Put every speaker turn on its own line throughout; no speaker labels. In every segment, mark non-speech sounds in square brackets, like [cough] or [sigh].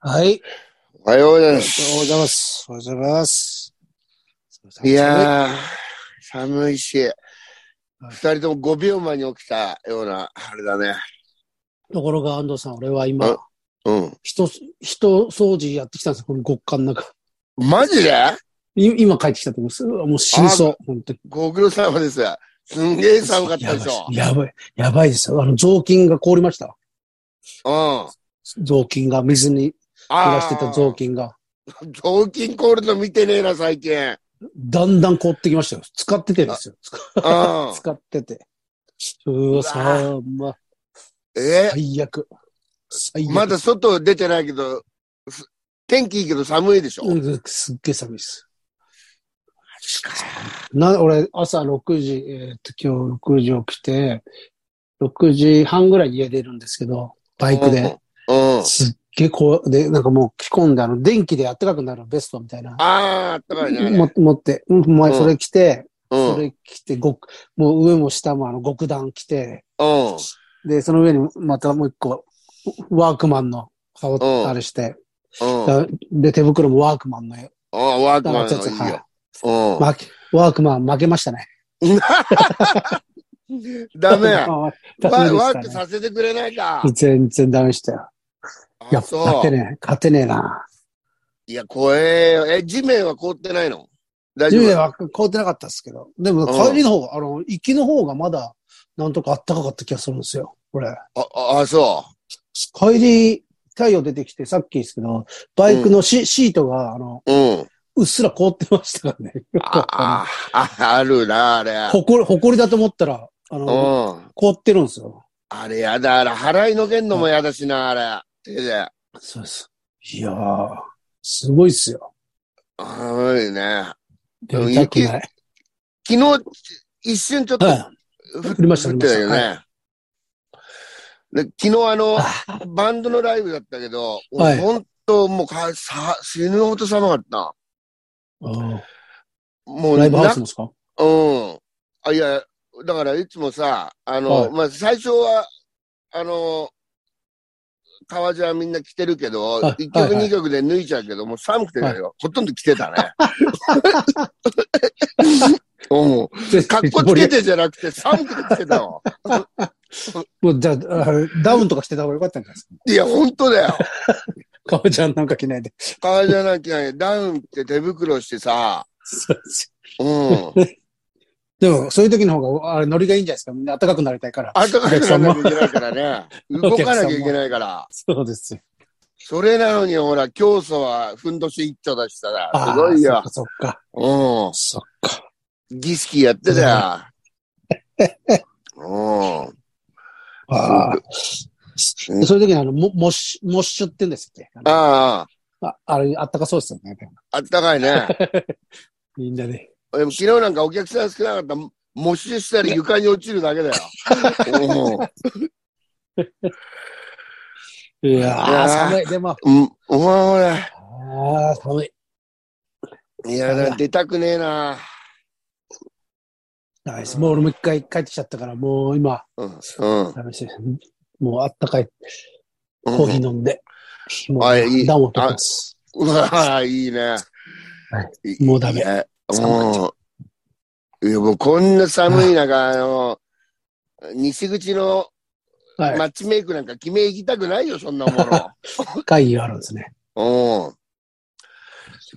はい。
おはようございま
おはようご
す。
ざいます。おはようございます。
いやー、寒いし、
はい
二人とも5秒前に起きたような、あれだね。
ところが安藤さん、俺は今、
うん。
人、人掃除やってきたんですよ、この極寒の中。
マジで
い今帰ってきたと思います。うわもう死にそう、本当に。
ご苦労様です。すんげえ寒かったでしょ。
やばい、やばいですよ。あの、雑巾が凍りました。
うん。
雑巾が、水に濡らしてた雑
雑
巾が、
巾。雑巾凍るの見てねえな、最近。うん。
だんだん凍ってきましたよ。使っててですよ。使使ってて。うわ、
うわ
さあ、まあ、
え
最悪。最悪。
まだ外出てないけど、す天気いいけど寒いでしょ。
うん、すっげえ寒いです。な、俺、朝6時、えーっと、今日6時起きて、6時半ぐらいに家出るんですけど、バイクで。
うん。うん。
すっげえこう、で、なんかもう着込んで、あの、電気で暖かくなるベストみたいな。
あー、あったかいね。あれ
も持って、うん、お前
うん
それ着て、
うん。う
そ
ん。
れ着て、ごく、もう上も下もあの、極段着て、で、その上にまたもう一個、ワークマンの羽織
うん
あれして、
うん。あ
で、手袋もワークマンの、あ
ワークマン
の
の
やつ、
いい
はい
よ。。うん。
負け、ワークマン負けましたね。
ダメ
[laughs]
や。
ワ
ワ
ー
ワー
ク
ク
さ
させてくれないか。
全然ダメでしたよ。い
あ
や、勝
そ
て
う。
ねえ、勝てねえな。
いや、怖えよ。え、地面は凍ってないの大丈
10で
夫
は凍ってなかったですけど。でも
うん
帰りの方、あの、行きの方がまだ、なんとかあったかかった気がするんですよ。これ。
あ、あ、あそ
帰り、太陽出てきて、さっきですけど、バイクのシ,、シートが、あの、
う。うん。
うっすら凍ってましたからね。よか
あ
ったね。、
あ、ああるな、あれ。
ほこり、ほこりだと思ったら、あ
う
の、
ん。
凍ってるんですよ。
あれやだ、あれ。払いのけんのもやだしな、あれ。手で。
そうです。いやー、すごいっすよ。
寒いね。
やりたくない。
昨日、一瞬ちょっと
はい。
[laughs] 降っ
降りました
降ってたよ
降り
ね。で昨日あの、
あ
バンドのライブだったけど、
はい
本当もうかさ死ぬほど寒かった。
うん
もう
ライブハウス
な
ですか
うん。あ、いや、だからいつもさ、あの、
はい
まあ、最初は、あの、革ジャンみんな着てるけど、
はい
一
はい
曲
はい
二曲で脱いちゃうけど、もう寒くてだよ、ほとんど着て
[laughs]
たね。うん。格好つけてじゃなくて寒くて着てた
[laughs]
の。
もうじゃあ、あれダウンとかしてた方がよかったんじゃないです
いや、本当だよ。
か。 [laughs] 顔ちゃんなんか着ないで。
革ジャンなんてないダウンって手袋してさ、
[laughs]
うん。
でも、そういう時の方が、あれ、ノリがいいんじゃないですか。みんな暖かくなりたいから。
あったかくならなきゃいけないからね。動かなきゃいけないから。
[laughs] そうですよ。
それなのに、ほら、競争はふんどし一丁だしさ、すごい
あ
よ
ー。そっか、
う
そっか。そっか。
ん。儀式やってた
[laughs]
よ。うん。
ああ。そういう時に、あの、も、もし、もっしゅって言うんですっけ。
ああ、
ああれ、あったかそうですよね。でも
あったかいね。 [laughs]
みんなで。
でも昨日なんかお客さん少なかった。もししたり床に落ちるだけ
[laughs]
だよ。
いや
い
ー、
やー
寒い。でも、
うん。うんお前
ああ、寒い。
俺、いやだ、出たくねえな。
ダメです。もう俺も一回帰ってきちゃったから、もう今、
うん。うん。
ダメです。もうあったかい
うん
コーヒー飲んで、も
あいいう
暖を取ってます。
うわあ、いいね。い
もうダメ
いや
寒くなっち
もう、いや、もうこんな寒い中、あの、西口の
はい。
マッチメイクなんか決め行きたくないよ、そんなもの。
会議があるんですね。 [laughs]
うん。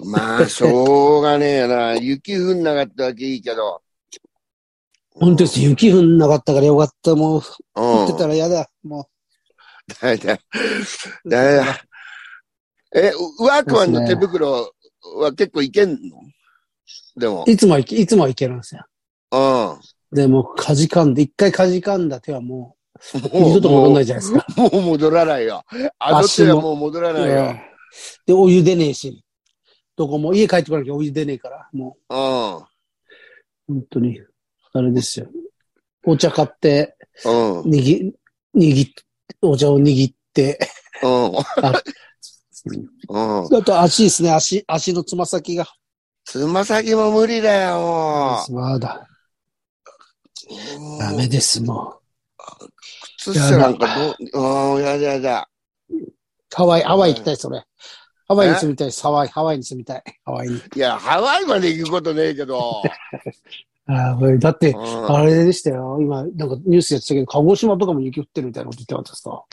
まあ、しょうがねえな。雪降んなかっただけいいけど。
本当です。雪降んなかったからよかった。もう、
う
降っ
ん。
てたら嫌だ。も
だいだい。
う。
だいだい。え、ワークマンの手袋は結構いけんのでも。
いつもはいけ、いつもはいけるんですよ。
うん。も
で、もうかじかんで、一回かじかんだ手はもう、
う。
二度と戻んないいじゃないですか。
もうもう戻らないよ。あの手はもう戻らないよ。
うんで、お湯出ねえし、どこも、家帰ってこなきゃお湯出ねえから、もう、
う
本当に、あれですよ。お茶買って、
ん。うん。
握、握っ、お茶を握って、
うん。うん。
あと足ですね、足、足のつま先が。
つま先も無理だよ、も
まだ、
う。
ダメです、もう。
靴下なんかどう、ああ、やだやだ。
ハワイ、ハワイ行きたいです、俺。ハワイに住みたいです。ハワイ、ハワイに住みたい。ハワイに。
いや、ハワイまで行くことねえけ [laughs] ど。
あーだって
う、ん
あれでしたよ。今、なんかニュースやってたけど、鹿児島とかも雪降ってるみたいなこと言ってなかったですか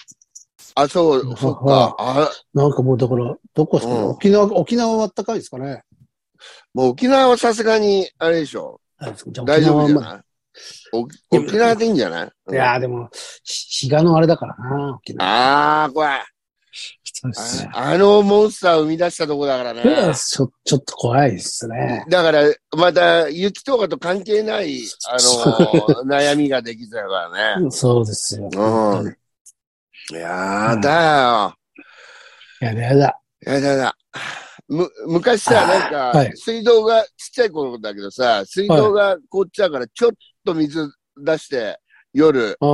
あ、そう、そっか。あ
なんかもうだから、どこですかね、
うん
沖縄、沖縄はあったかいですかね
もう沖縄はさすがに、あれでしょ。
あそうじゃあ
大丈夫じゃ
まで
ないお沖縄でいいんじゃない
いやーでも、し日がのあれだからな、沖縄。
ああ、これ。
そうですね。
ああのモンスターを生み出したとこだからね。
ええちょ、ちょっと怖いですね。
だから、また、雪とかと関係ない、
[laughs]
あの、悩みができちゃうからね。
そうですよ。
うん
い
いやー、だ
やだやだ。
よ。やだやだ。む、昔さ、なんか、
はい
水道が、ちっちゃい頃だけどさ、水道が凍っちゃうから、ちょっと水出して、夜、
あー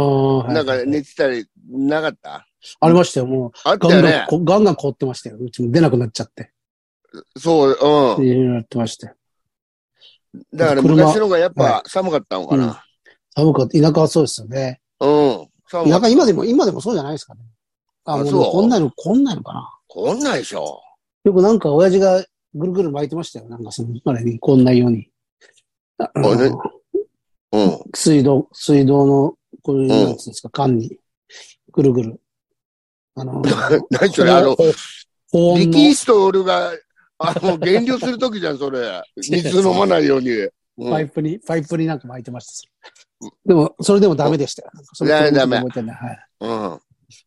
はい
なんか寝てたり、なかった
ありましたよ、もう。
あった
ガン
よ
ガン
ね。
こ、ガンガン凍ってましたよ。うちも出なくなっちゃって。
そう、
って
うん。
いうのやってましたよ。
だから
車
昔の方がやっ
は
ぱ寒かったのかな。
寒かった。田舎はそうですよね。
うん。寒か
田
っ
舎
た
今でも、今でもそうじゃないですかね。あ、
あ
もう
そう
こんなの、こんなのかな。
こんなんでしょ。
よくなんか親父がぐるぐる巻いてましたよ。なんかその、あれに、こんなように。ああの
あれうん。
水道、水道の、こういうやつですか、缶に。ぐるぐる。あの、
[laughs] 何それ、あの、
ほ、保温
リ
の
キーストールが、あの、減量するときじゃん、そ
[laughs]
れ。水飲まないように。うん
パイプに、パイプになんか巻いてました。でも、それでもダメでしたよ。それ
ダメダメ
覚えてない。はい。
うん。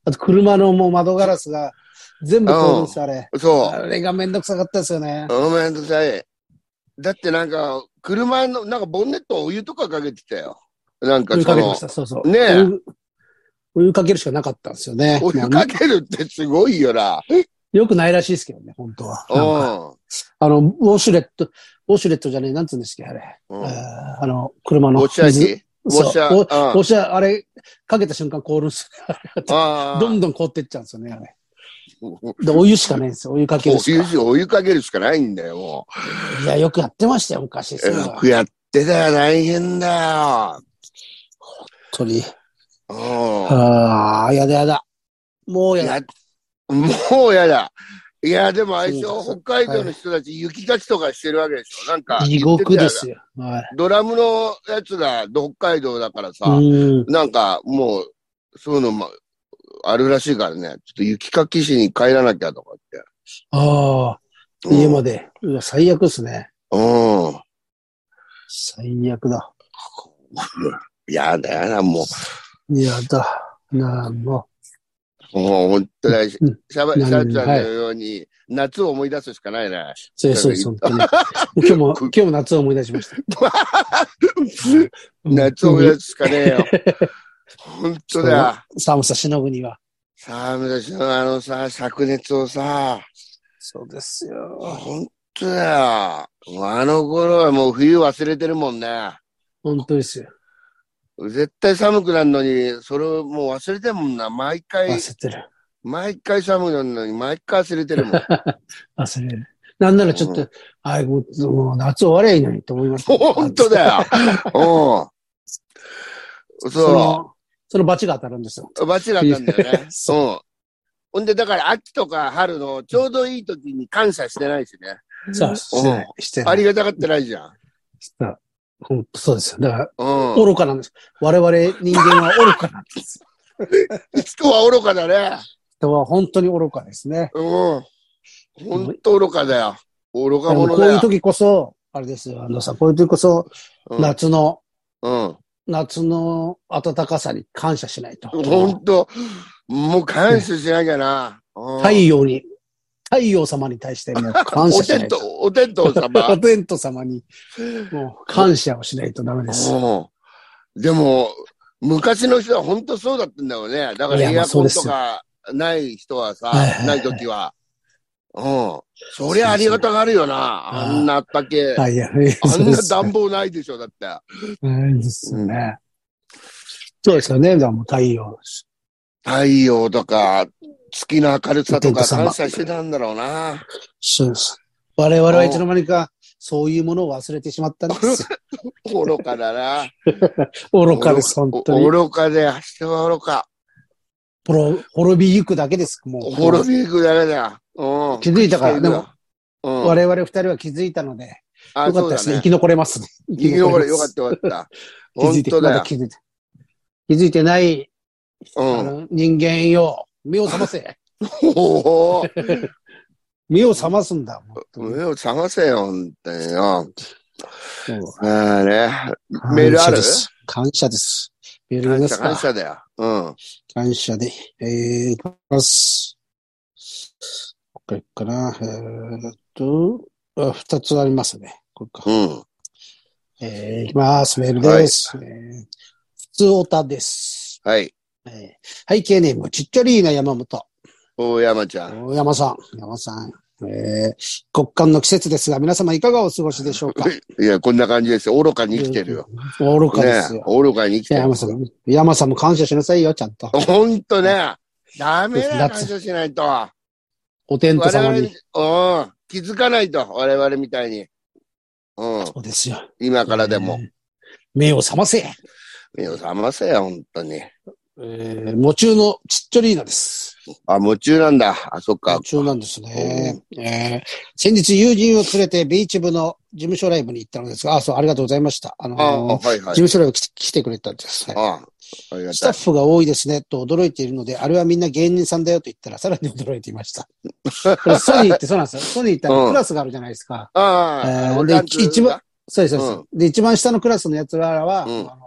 あと、車のもう窓ガラスが全部凍るんですよ、あれ。
そ
あれがめんどくさかったですよね
う。。ごめんなさい。だってなんか、車の、なんかボンネットお湯とかかけてたよ。なん
お
か
湯か
そ
けてま
の
し、た、そうそう。
ねえ
お湯お湯かけるしかなかったんですよね。
お湯かけるってすごいよな。
よくないらしいですけどね、本当は。
うん
なんかあの、ウォシュレット、ウォシュレットじゃねえ、なんつうんですっけ、あれ。
うん。
あーあの、車の
ウォッシャー
水
機ウォッシャー。
そううんウォウォッシャー、あれ、かけた瞬間凍るんですよ。
あ
どん
ー
どん凍ってっちゃうんですよね、あれ。で、お湯しかないんですよ、お湯かける
お
し
湯
か。
しお湯かけるしかないんだよ、も。
いや、よくやってましたよ、昔。そうういうの
よ
は
くやってたよ、大変だよ。
本当に。
う。
ああ、やだやだ。もうんやだ。
や、 [laughs] もうやだ。いや、でもあれでしょ
そう
北海道の人たち雪かきとかしてるわけでしょなんか。
地獄ですよ。はい。
ドラムのやつが北海道だからさ、
うん。
なんかもう、そういうのもあるらしいからね、ちょっと雪かきしに帰らなきゃとかっ
ああ、
て。
家ま
で。
で。うわ、最悪ですね。
うん。
最悪だ。
やだやだ、も
やだ。なあ、も
う、もう本当だ、シ
うん
ャバ、シ
何
ャンちゃんのように、夏を思い出すしかないね。
う。そうです、そうです、本当に。今日
[laughs]
も、今日も夏を思い出しました。
夏を思い出すしか
[laughs]
ねえよ。本当だよ。
寒さしのぐには。
さあ、武蔵野のあのさ、灼熱をさ、
そうですよ。
ほんとだよ。もうあの頃はもう冬忘れてるもんね。
本当ですよ。
絶対寒くなるのに、それをもう忘れてるもんな。毎回、
忘れてる。
毎回寒くなるのに、毎回忘れてるもん。
忘れる。なんならちょっ
う
と、あいもう、もう夏終わりゃいいのにと思
[laughs]
います。
ほんとだ
[laughs]
よ。
そ
うん。そ
の、そのバチが当たるんですよ。。
う。バチだったんだよね
[laughs] そ
うん。ほんで、だから秋とか春のちょうどいい時に感謝してないしね。
さあ、してない。してない
ありがたがってないじゃん。
さあほんとそうですよ。だから、
うん。
愚かなんです。我々人間は愚かなんです。
人は愚かだね。
人は本当に愚かですね。
うん。ほんと愚かだよ。愚
で
か
もこ
者
う
だ
いう
よ。
時こそ、あれですよ、あのさん、こういう時こそ、
うん
夏の、
うん。
夏の暖かさに感謝しないと。
ほんと、もう感謝しなきゃな。うん
太陽に、太陽様に対して
[laughs]
もう感謝
お
しな
天
いと。
道、お天道様。
お天道様に、もう感謝をしないとダメです。
うん。でも、昔の人は本当そうだったんだよね。だか
いや
らエ
まあ
ア
そう
コン
です
と
よ
かない人はさ
はいはいは、い
ない時は。うん。そりゃありがたがるよ
そ
な。
う
あ
そう
あんなあったけ。
あ、いや、ええ
あ
そうんで
な
すね
暖房ないでしょ、だって。
そうですね。そうですよね。だからもう太陽。
太陽とか、月の明るさと
お天道
か
様
感謝してたんだろうな。
そうです。我々はいつの間にか、そういうものを忘れてしまったんですよ。
愚かだな。
愚かです、本当に。
愚かで、人は愚か。
ほろ滅びゆくだけです、もう。
滅びいくだけだ。うん。
気づいたから
でも。うん。
我々二人は気づいたので、
あ
よかったですね。生。き残れますね。生
生き残れ、よか
ま
っ
す
たよかった。
[laughs] 気づ
本
いて、
当
ま
だ
だ
よ。
気づいて。気づいてない、あ
うん。
の人間よ。目を覚ませ。
おお。
目を覚ますんだ。もう
目を探せよ、本当によ。
そう
ああね。メールある
感謝です。感謝ですメール
感
で
謝、
す
感
か
謝だよ。うん。
感謝で。えー、いきます。これかな。えーっと、あ二つありますね。これか。
うん。
えー、いきます。メールです。えー普通おたです。
はい。
えー、背景ネーム、ちっちゃりーな山本。
大山ちゃん。
大山さん。山さん。えー、極寒の季節ですが、皆様いかがお過ごしでしょうか
いや、こんな感じですよ。愚かに生きてるよ。
愚かで
ね
すよ。
愚かに生き
い
て
や
る
山。さん、山さんも感謝しなさいよ、ちゃんと。
ほんとね。ダメ
だ
だ、
って
感謝しないと。我
お天道様
々、
に。
うん。気づかないと。我々みたいに。うん。
そうですよ。
今からでも
え。ー。目を覚ませ。え
目を覚ませよ、本当に。
ー、夢中のちっちゃリーナです。
あ、夢中なんだ。あ、そっか
夢。中なんですね。えー、先日友人を連れてビーチ部の事務所ライブに行ったのですが、あ、そう、ありがとうございました。あのー
あ、はいは
事
い。
務所ライブ来て来てくれたんですね。
あ、ありが
ス
た
タ
い。
ッフが多いですね、と驚いているので、あれはみんな芸人さんだよと言ったら、さらに驚いていました。これソニーってそうなんです
[laughs]
よ。ソニーってあ
う
の
ん
クラスがあるじゃないですか。
ああ、
えー
俺
で
なんつうか
一番。そうです、そうです。で、一番下のクラスのやつらは、
うん
あの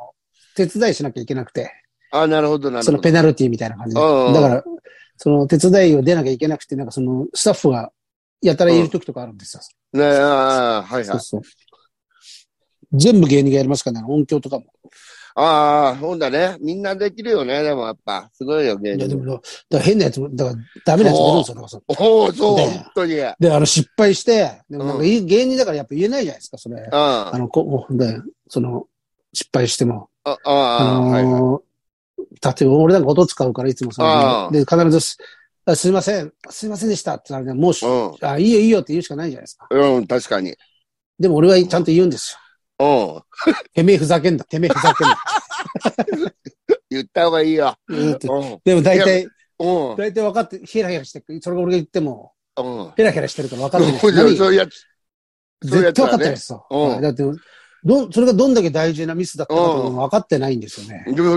手伝いしなきゃいけなくて、
あ、なるほど、なる
そ
ほ
の
ど。
ペナルティみたいな感じで。
うんうん
だから、その手伝いを出なきゃいけなくて、なんかそのスタッフがやたらいる時とかあるんですよ。
ねああ、はい
そ
は
う
い。
そう。全部芸人がやりますからね、音響とかも。
ああ、ほんだね。みんなできるよね、でもやっぱ。すごいよ、芸
いや、で
人。
も、だから変なやつも、だからダメなやつもいるんですよだからその、
おお、そう、
ね
本当に。うん。
で、あの、失敗して、でもなんかいい芸人だからやっぱ言えないじゃないですか、それ。あ
あ
の、こう、で、その、失敗しても。
あ、
あ
あ、はいはい。
のー、例えば俺なんか音使うからいつも
あ
さ、
あ
で、必ずす、あすいません、すいませんでしたってなるじゃんもうし、
う
あ、いいよいいよって言うしかないじゃないですか。
ん。うん、確かに。
でも俺はちゃんと言うんです
うん。
よ。てめえふざけんな、てめえふざけん
[laughs]
な。
言った方がいいよ。
うんって
うん。
でも大体、
う
大
ん。
体分かって、ヘラヘラして、それが俺が言っても、
うん。
ヘラヘラしてるから分かってない
そう
何。
いうやつ。そういう
絶
やつ
対
は
分かっ
ね
てないですよ。
うん
はいだって、ど、それがどんだけ大事なミスだったかとかも分かってないんですよね。
でもう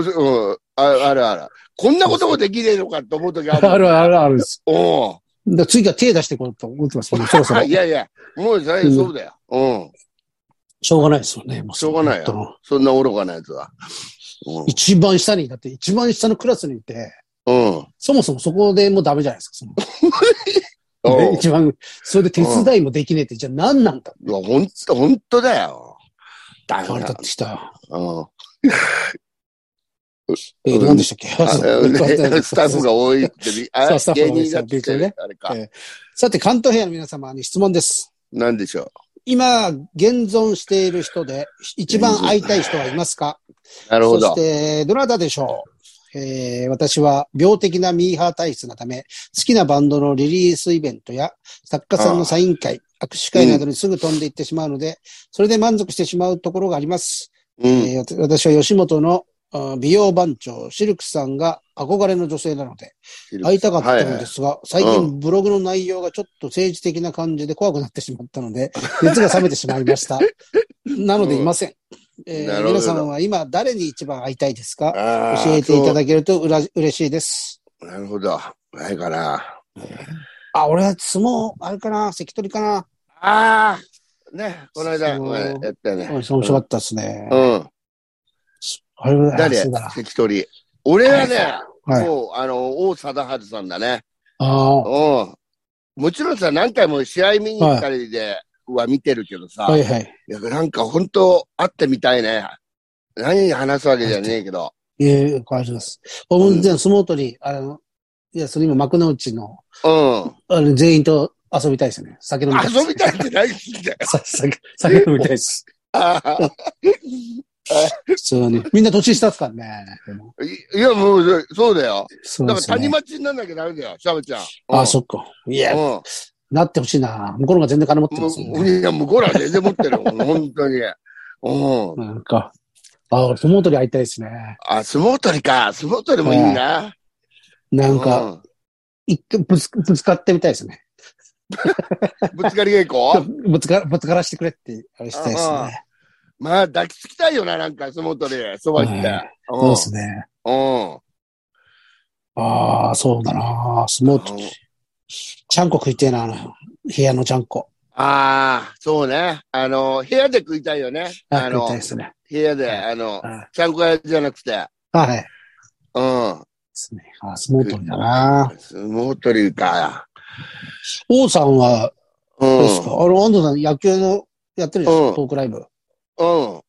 ん。あるあるある。こんなこともできねえのかと思うときある。
あるあるあるです。
おう。
だから次は手出してこうと思ってます、ね、そろそろ
いやいや、もう大丈夫だよ。うん。
しょうがないですよね。も
しょうがないよ
本当の
そんな愚かなやつは。う
一番下に、だって一番下のクラスにいて、
ん。うん。
そもそもそこでもうダメじゃないですか、その。
おう
[laughs] 一番、それで手伝いもできねえって、じゃあ何なんだ
いや、ほんと、ほんとだよ。だ
言
よ
われ
な
たっ。てきた。
うん。
えー、何でしたっけ [laughs]
あねスタッフが多いってび、あ
そうスタッフ
芸
が多いで
人
す
だ
よ
って
びっくりね
あれか
え。さて、関東平野の皆様に質問です。
なんでしょ
今、現存している人で、一番会いたい人はいますか
う。なるほ
そし。
ど
て、どなたでしょう、えー私は病的なミーハー体質なため、好きなバンドのリリースイベントや、作家さんのサイン会、握手会などにすぐ飛んでいってしまうので、それで満足してしまうところがあります。
うん。
えー私は吉本のあ美容番長、シルクさんが憧れの女性なので、会いたかったのですが、最近ブログの内容がちょっと政治的な感じで怖くなってしまったの
[laughs]
で、熱が冷めてしまいました。なのでいません。えー
なるほど
皆さんは今誰に一番会いたいですか
教
教えていただけるとうら嬉しいです。
なるほど。ないかな。
あ、俺は相撲、あれかな関取かな
ああね、この間、
そう
これやったよね。
おい面白かったですね。
うん。
あれは
誰
そうだな
関取。俺はね、
はい。
もう、あの、王貞治さんだね。
あ
うん。もちろんさ、何回も試合見に行ったりで、は見てるけどさ、
あ、はいはい。
いやなんか本当会ってみたいね。何話すわけじゃねえけど。
ええ、感じます。お
うん
じゃあ相撲取り、あの、いや、それ今幕の内の、
う
あの全員と遊びたいですね。酒飲みたいです
ん。遊びたいってないん
[laughs]
だよ。
さ酒酒飲みたいです。
ああ
普通に。みんな年下っすからね。でも
いいや、もう、そうだよ。
そう
だ
で
か
すよ
ら谷
ね。
町になんなきゃダメだよ、シャブちゃん。うん
ああ、そっか。いや、
うん。
なってほしいな。向こうの方が全然金持ってますよ
もう
ね。
いや、向こうら全然
[laughs]
持ってるもん、本当に。うん。
なんか。ああ、相撲取り会いたいですね。
あ、相撲取りか。相撲取りもいいな。
なんか、一回ぶつぶつかってみたいですね。
ぶつかり稽古
ぶつか、ぶつからしてくれって、あれしたいですね。
まあ、抱きつきたいよな、なんか、その音で、そばして。
そうですね。
うん。
ああ、そうだな。相撲、ちゃんこ食いてえな、あの、部屋のちゃんこ。
ああ、そうね。あの、部屋で食いたいよね。
あ
の、
食いたいですね。
部屋で、あの、ちゃんこ屋じゃなくて。
はい。
うん。
ですね。あ、相撲取りだな。
相撲取りか。
王さんは、どうですか、うん、あの、安藤さん野球のやってるじゃないですか、うん、トークライブ。。
うん
呼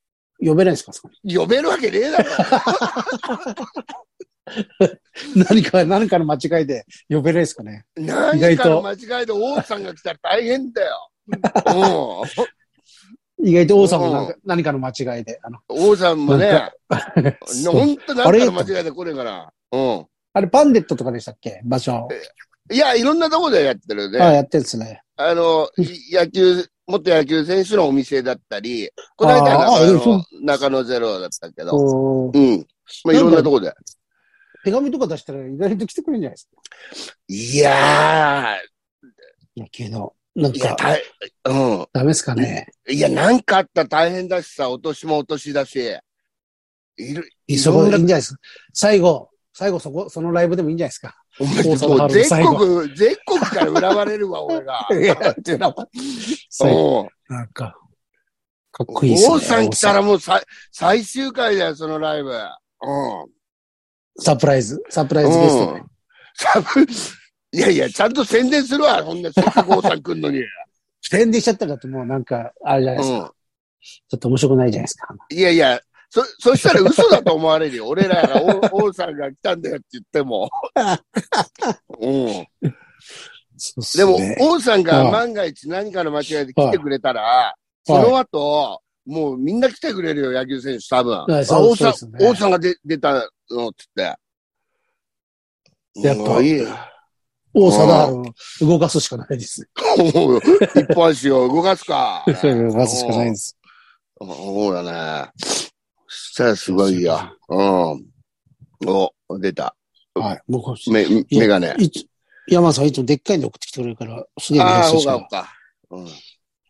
べないですか
呼べるわけねえだろ。
[laughs] 何か、何かの間違いで呼べないですかね。
何かの間違いで王さんが来たら大変だよ。
うん、意外と王さんもなんか、うん、何かの間違いで。あの
王さんもね、本当何かの間違いで来ねえから。うん。
[laughs] あれ、パンデットとかでしたっけ場所。
いや、いろんなとこでやってるね。
ああやってるんですね。
あの、野球、元野球選手のお店だったり、この間中野中野ゼロだったけど、うん。まあ、いろんなとこで。
手紙とか出したら意外と来てくれるんじゃないですか。
いや
ー。野球の、なんか、うん。ダメですかね。
いや、なんかあったら大変だしさ、お年もお年だし。いる、
いそこいいんじゃないですか。最後、最後そこ、そのライブでもいいんじゃないです [laughs] か。
お前もう全国、全国から恨まれるわ、俺が。
[laughs] いや、ってな、そう。なんか、かっこいい
ですね。王さん来たらもうさ最終回だよ、そのライブ。うん。
サプライズ、サプライズゲスト、ね、
サプ、いやいや、ちゃんと宣伝するわ、そんな、せっかく王さん来ん
[laughs]
のに。
宣伝しちゃったらともうなんか、あれじゃないですか。うん、ちょっと面白くないじゃないですか。
いやいや、そ、そしたら嘘だと思われるよ。俺らが王 [laughs] さんが来たんだよって言って
[laughs]。
も。うん。でも、王さんが万が一何かの間違いで来てくれたら、その後、もうみんな来てくれるよ、野球選手、多分。王さん、王さんが出出たのって言って
やっぱ、いい王貞治を動かすしかないです。
一般紙を動かすか。
動かすしかないです。
そうだね。したらすごいよ。うん。お、出た。
はい。僕は
め、メガネ。
山さんいつもでっかいの送ってきてくれるから、すげえ
ああ、ほうかほうか。
うん。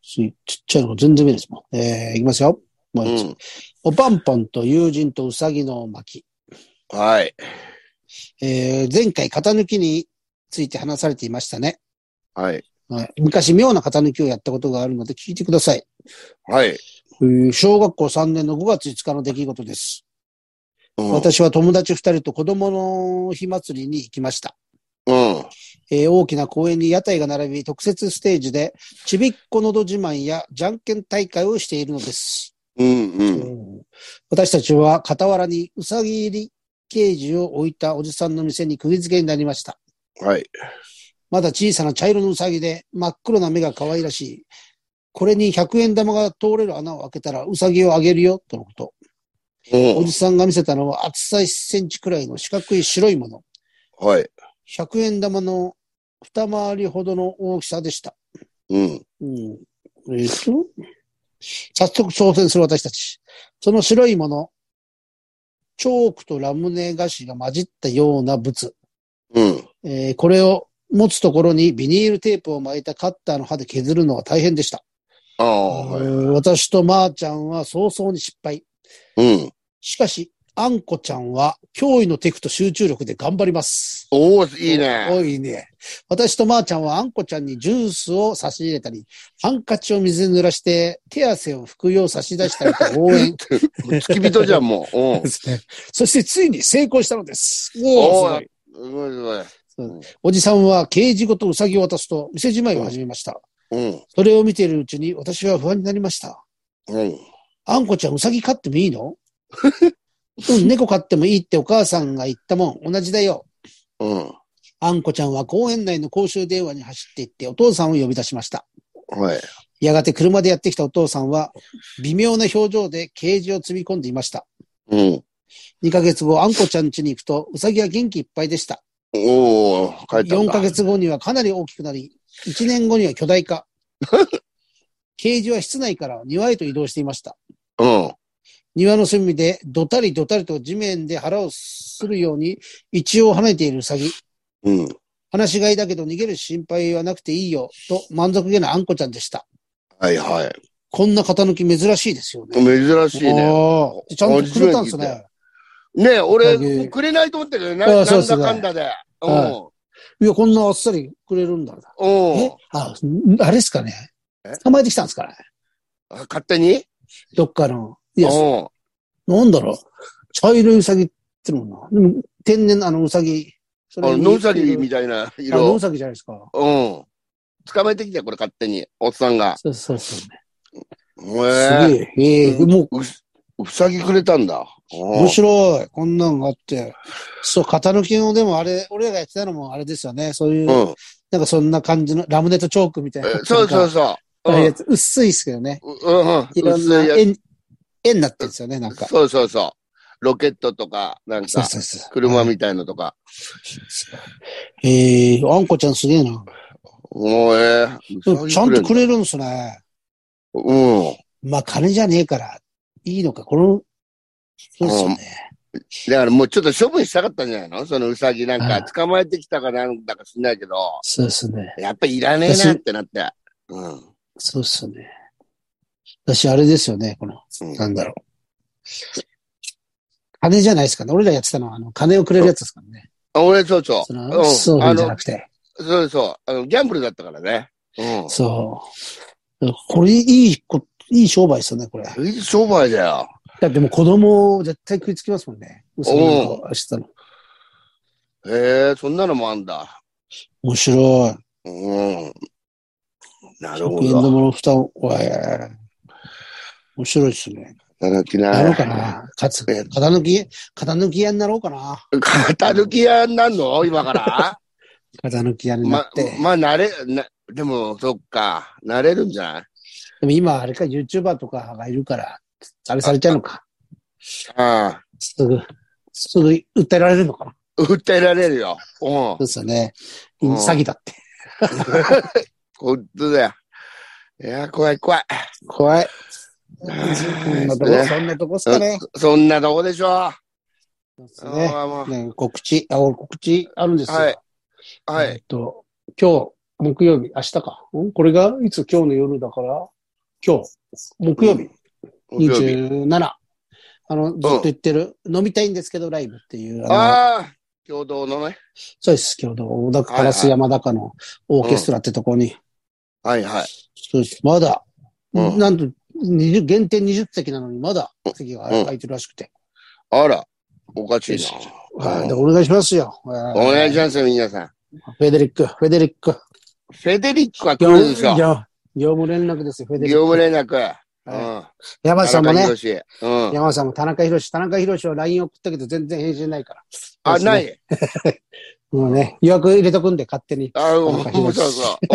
ちっちゃいの全然見ないですもん。えー、いきますよ。もう一、うん、おパンパンと友人とウサギの巻。
はい。
えー、前回型抜きについて話されていましたね。
はい。
はい、昔妙な型抜きをやったことがあるので聞いてください。
はい。
小学校3年の5月5日の出来事です。うん、私は友達2人と子供の日祭りに行きました。
うん、
えー、大きな公園に屋台が並び、特設ステージで、ちびっこのど自慢やじゃんけん大会をしているのです。
うんうん、
私たちは傍らにうさぎ入りケージを置いたおじさんの店に釘付けになりました。
はい。
まだ小さな茶色のうさぎで真っ黒な目が可愛らしい。これに100円玉が通れる穴を開けたらウサギをあげるよ、とのこと。おじさんが見せたのは厚さ1センチくらいの四角い白いもの。
はい。
100円玉の二回りほどの大きさでした。
うん。
うん。えっと、早速挑戦する私たち。その白いもの、チョークとラムネ菓子が混じったような物。
うん。
えー、これを持つところにビニールテープを巻いたカッターの刃で削るのは大変でした。
あはい、
私とまーちゃんは早々に失敗。
うん。
しかし、あんこちゃんは驚異のテクと集中力で頑張ります。
おおいいね。
おいいね。私とまーちゃんはあんこちゃんにジュースを差し入れたり、ハンカチを水に濡らして、手汗を拭くよう差し出したり
[laughs]
と応援。
付き人じゃん、もう。
うん、そしてついに成功したのです。
おおすごい。すごいすごい。
おじさんはケージごとウサギを渡すと店じまいを始めました。
うん、
それを見ているうちに私は不安になりました。
うん、
あんこちゃんウサギ飼ってもいい
[laughs]
のうん、猫飼ってもいいってお母さんが言ったもん。同じだよ。
うん、
あんこちゃんは公園内の公衆電話に走っていってお父さんを呼び出しました。
はい。
やがて車でやってきたお父さんは微妙な表情でケージを積み込んでいました。
うん、
2ヶ月後、あんこちゃん家に行くとウサギは元気いっぱいでした。
おお、
帰った4ヶ月後にはかなり大きくなり、1年後には巨大化。ケージは室内から庭へと移動していました。
うん。
庭の隅でどたりどたりと地面で腹をするように一応跳ねているウサギ。
うん。
話しがいだけど逃げる心配はなくていいよ、と満足げなあんこちゃんでした。
はいはい。
こんな型抜き珍しいですよね。
珍しいね。
あーちゃんとくれたんですね。
ね
おかげ
俺、くれないと思ったけど、な
あ
な
そうで
ん
す
だ
ね
かんだで。う
いや、こんなあっさりくれるんだ。
ん。う
え
ん。
あ、あれですかね
え。
捕まえてきたんですかね。
あ勝手に
どっかの。いうや、
ん。
なんだろう。茶色いウサギってのもな。でも天然のあのウサギ。そ
あノウサギみ
た
たいな
ノ
色
ウ。サギじゃないですか。
うん。捕まえてきたよこれ勝手に。おっさんが。
そうそうそう、ね。すげ
へえ。
え。ええ
うん
もう、
うすうさぎくれたんだ。うん
面白い。こんなのがあって。そう、肩抜きの、でもあれ、俺らがやってたのもあれですよね。そういう、
うん。
なんかそんな感じのラムネットチョークみたいな。
えそうそう
そ
そう。
う
うん
やつ。薄いですけどね。
うんうん。
いろんな
薄いやつ
絵に、絵になってるんですよね、なんか。
そうそうそう。ロケットとか、なん
そう
か、
そうそう。
車みたいのとか。
ええあんこちゃんすげえな。
もうええ。
ちゃんとくれ
れ。
るんですね。
うん。
まあ、金じゃねえから、いいのか、この、そうですよね。
だからもうちょっと処分したかったんじゃないのそのウサギなんか捕まえてきたかなんだか知んないけど、
そうですね。
やっぱりいらねえなってなって。うん。
そうですね。私、あれですよね、この、
うん
なんだろう。金じゃないですかね。俺らやってたのは、あの、金をくれるやつですからね。
あ俺、そうそう。
そうの、
ん
そう
あ
じゃ
の
な、くて。
そうそう。あの、ギャンブルだったからね。う
そう。これ、いいこ、いい商売ですよね、これ。
ん。いい商売だよ。
だってもう子供、絶対食いつきますもんね。嘘なんかしてたの。
へえ、そんなのもあんだ。
面白い。
うん。なるほ
100円
ど。
玉の蓋を、わえ面白いですね。
働き
や
な
ろうかな。かつ、
え
肩抜き、肩抜き屋になろうかな。
肩抜き屋になんの
[laughs]
今から。
肩抜き屋にな
ま
って。、
まあ、慣れ、な、でも、そっか。慣れるんじゃない
でも今、あれか、YouTuber とかがいるから、あれされちゃうのか。
あ
すぐ、すぐ訴えられるのかな。
あ。訴えられるよ。
[laughs]
うん。
そうですよね。
うん
詐欺だって。
本当だよ。いや、怖い怖い。
怖い。そ
ー
んなとこ
ね、
そんなとこっすかね。
そんなとこでしょ
そうです
う。
ね。
ああもう
ね告知、あ、俺告知あるんですよ。
はいは
えっ
い。
と、今日、木曜日、明日か。んこれが、いつ今日の夜だから、今日、木曜日、
木曜日
27。あの、ずっと言ってる、飲みたいんですけど、ライブっていう、あの、
ああ、共同のね。
そうです、今日の、小田
はい
カラス山高のオーケストラってとこに、
はいはい。
そうです、まだ、
うん
なんと、20限定20席なのに、まだ席が空いてるらしくて。
あら、おかしいな。うん
はい、でお願いしますよ。お
お願いし
ます。
ますよ、皆さん。
フェデリック、フェデリック。
フェデリックは来るでし
業
ょ。
務業務連絡ですよ、フェデリッ
業
ク。
務連絡。う
はい
ん。
山
田
内さんも
中
ね、
宏。うん。
山田さんも田中宏、田中宏は LINE 送ったけど全然返信ないから。
あ、な。い。
もうね、予約入れとくんで勝手に。
あ、うん
田中
もう
宏
そう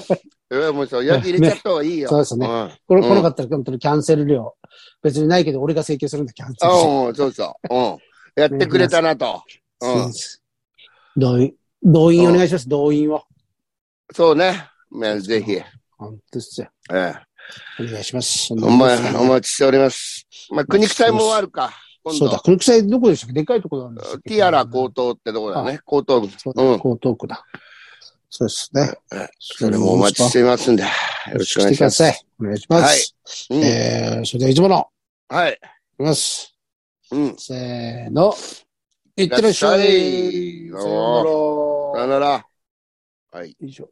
そう。うん。え、もうそう、焼き入れちゃった方がいいよ。
そうですね。
ん。
これ
うん
来なかったら本当にキャンセル料。別にないけど俺が請求するんだ、キャンセル
あ、
料。
うん、そうそう。うん。やってくれたなと。う。
そうんです動員、動員お願いします、動員を。
そうね。まあぜひ。え
本当ですよ。
え。
お願いします。そんな
お
こと
前
です、
お待ちしております。まあ、国際もあるか。今
そうだ、
度。
国際どこでしたっけでかいところなんです
ティアラ高等ってとこだね。高等部。
そう
う
だ、
ん
江東区だ。そうですね。
それもお待ちしていますんで。よろしくお願いします。
してください。お願いします。
うん
えー、それではいつもの、
はい。
いきます。
うん。
せーの。いってらっしゃい。
いってらっしゃい
さよなら
さよなら。
以上